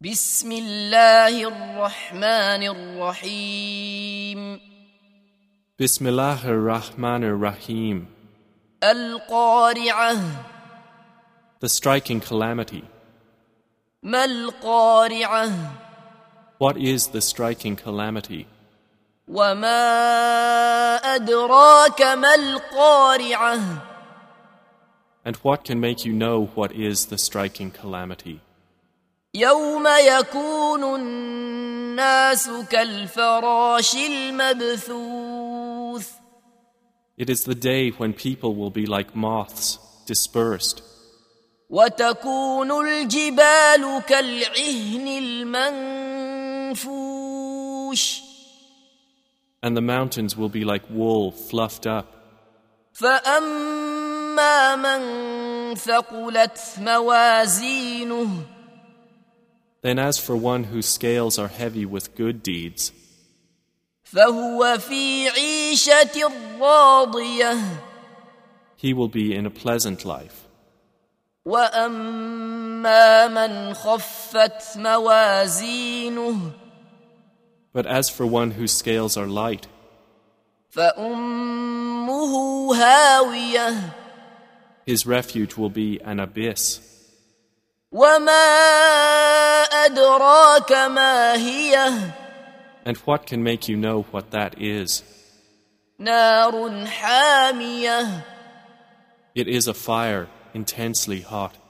بسم الله الرحمن الرحيم Bismillah ar-Rahman ar-Rahim. القارعة The striking calamity. ما القارعة What is the striking calamity? وما أدراك ما القارعة And what can make you know what is the striking calamity? يوم يكون الناس كالفراش المبثوث It is the day when people will be like moths, dispersed, وتكون الجبال كالعهن المنفوش and the mountains will be like wool fluffed up. فأما من ثقلت موازينه Then, as for one whose scales are heavy with good deeds, فهو في عيشة راضية he will be in a pleasant life. وأما من خفت موازينه But as for one whose scales are light, فأمه هاوية his refuge will be an abyss. وما أدراك ما هي And what can make you know what that is? نار حامية It is a fire, intensely hot.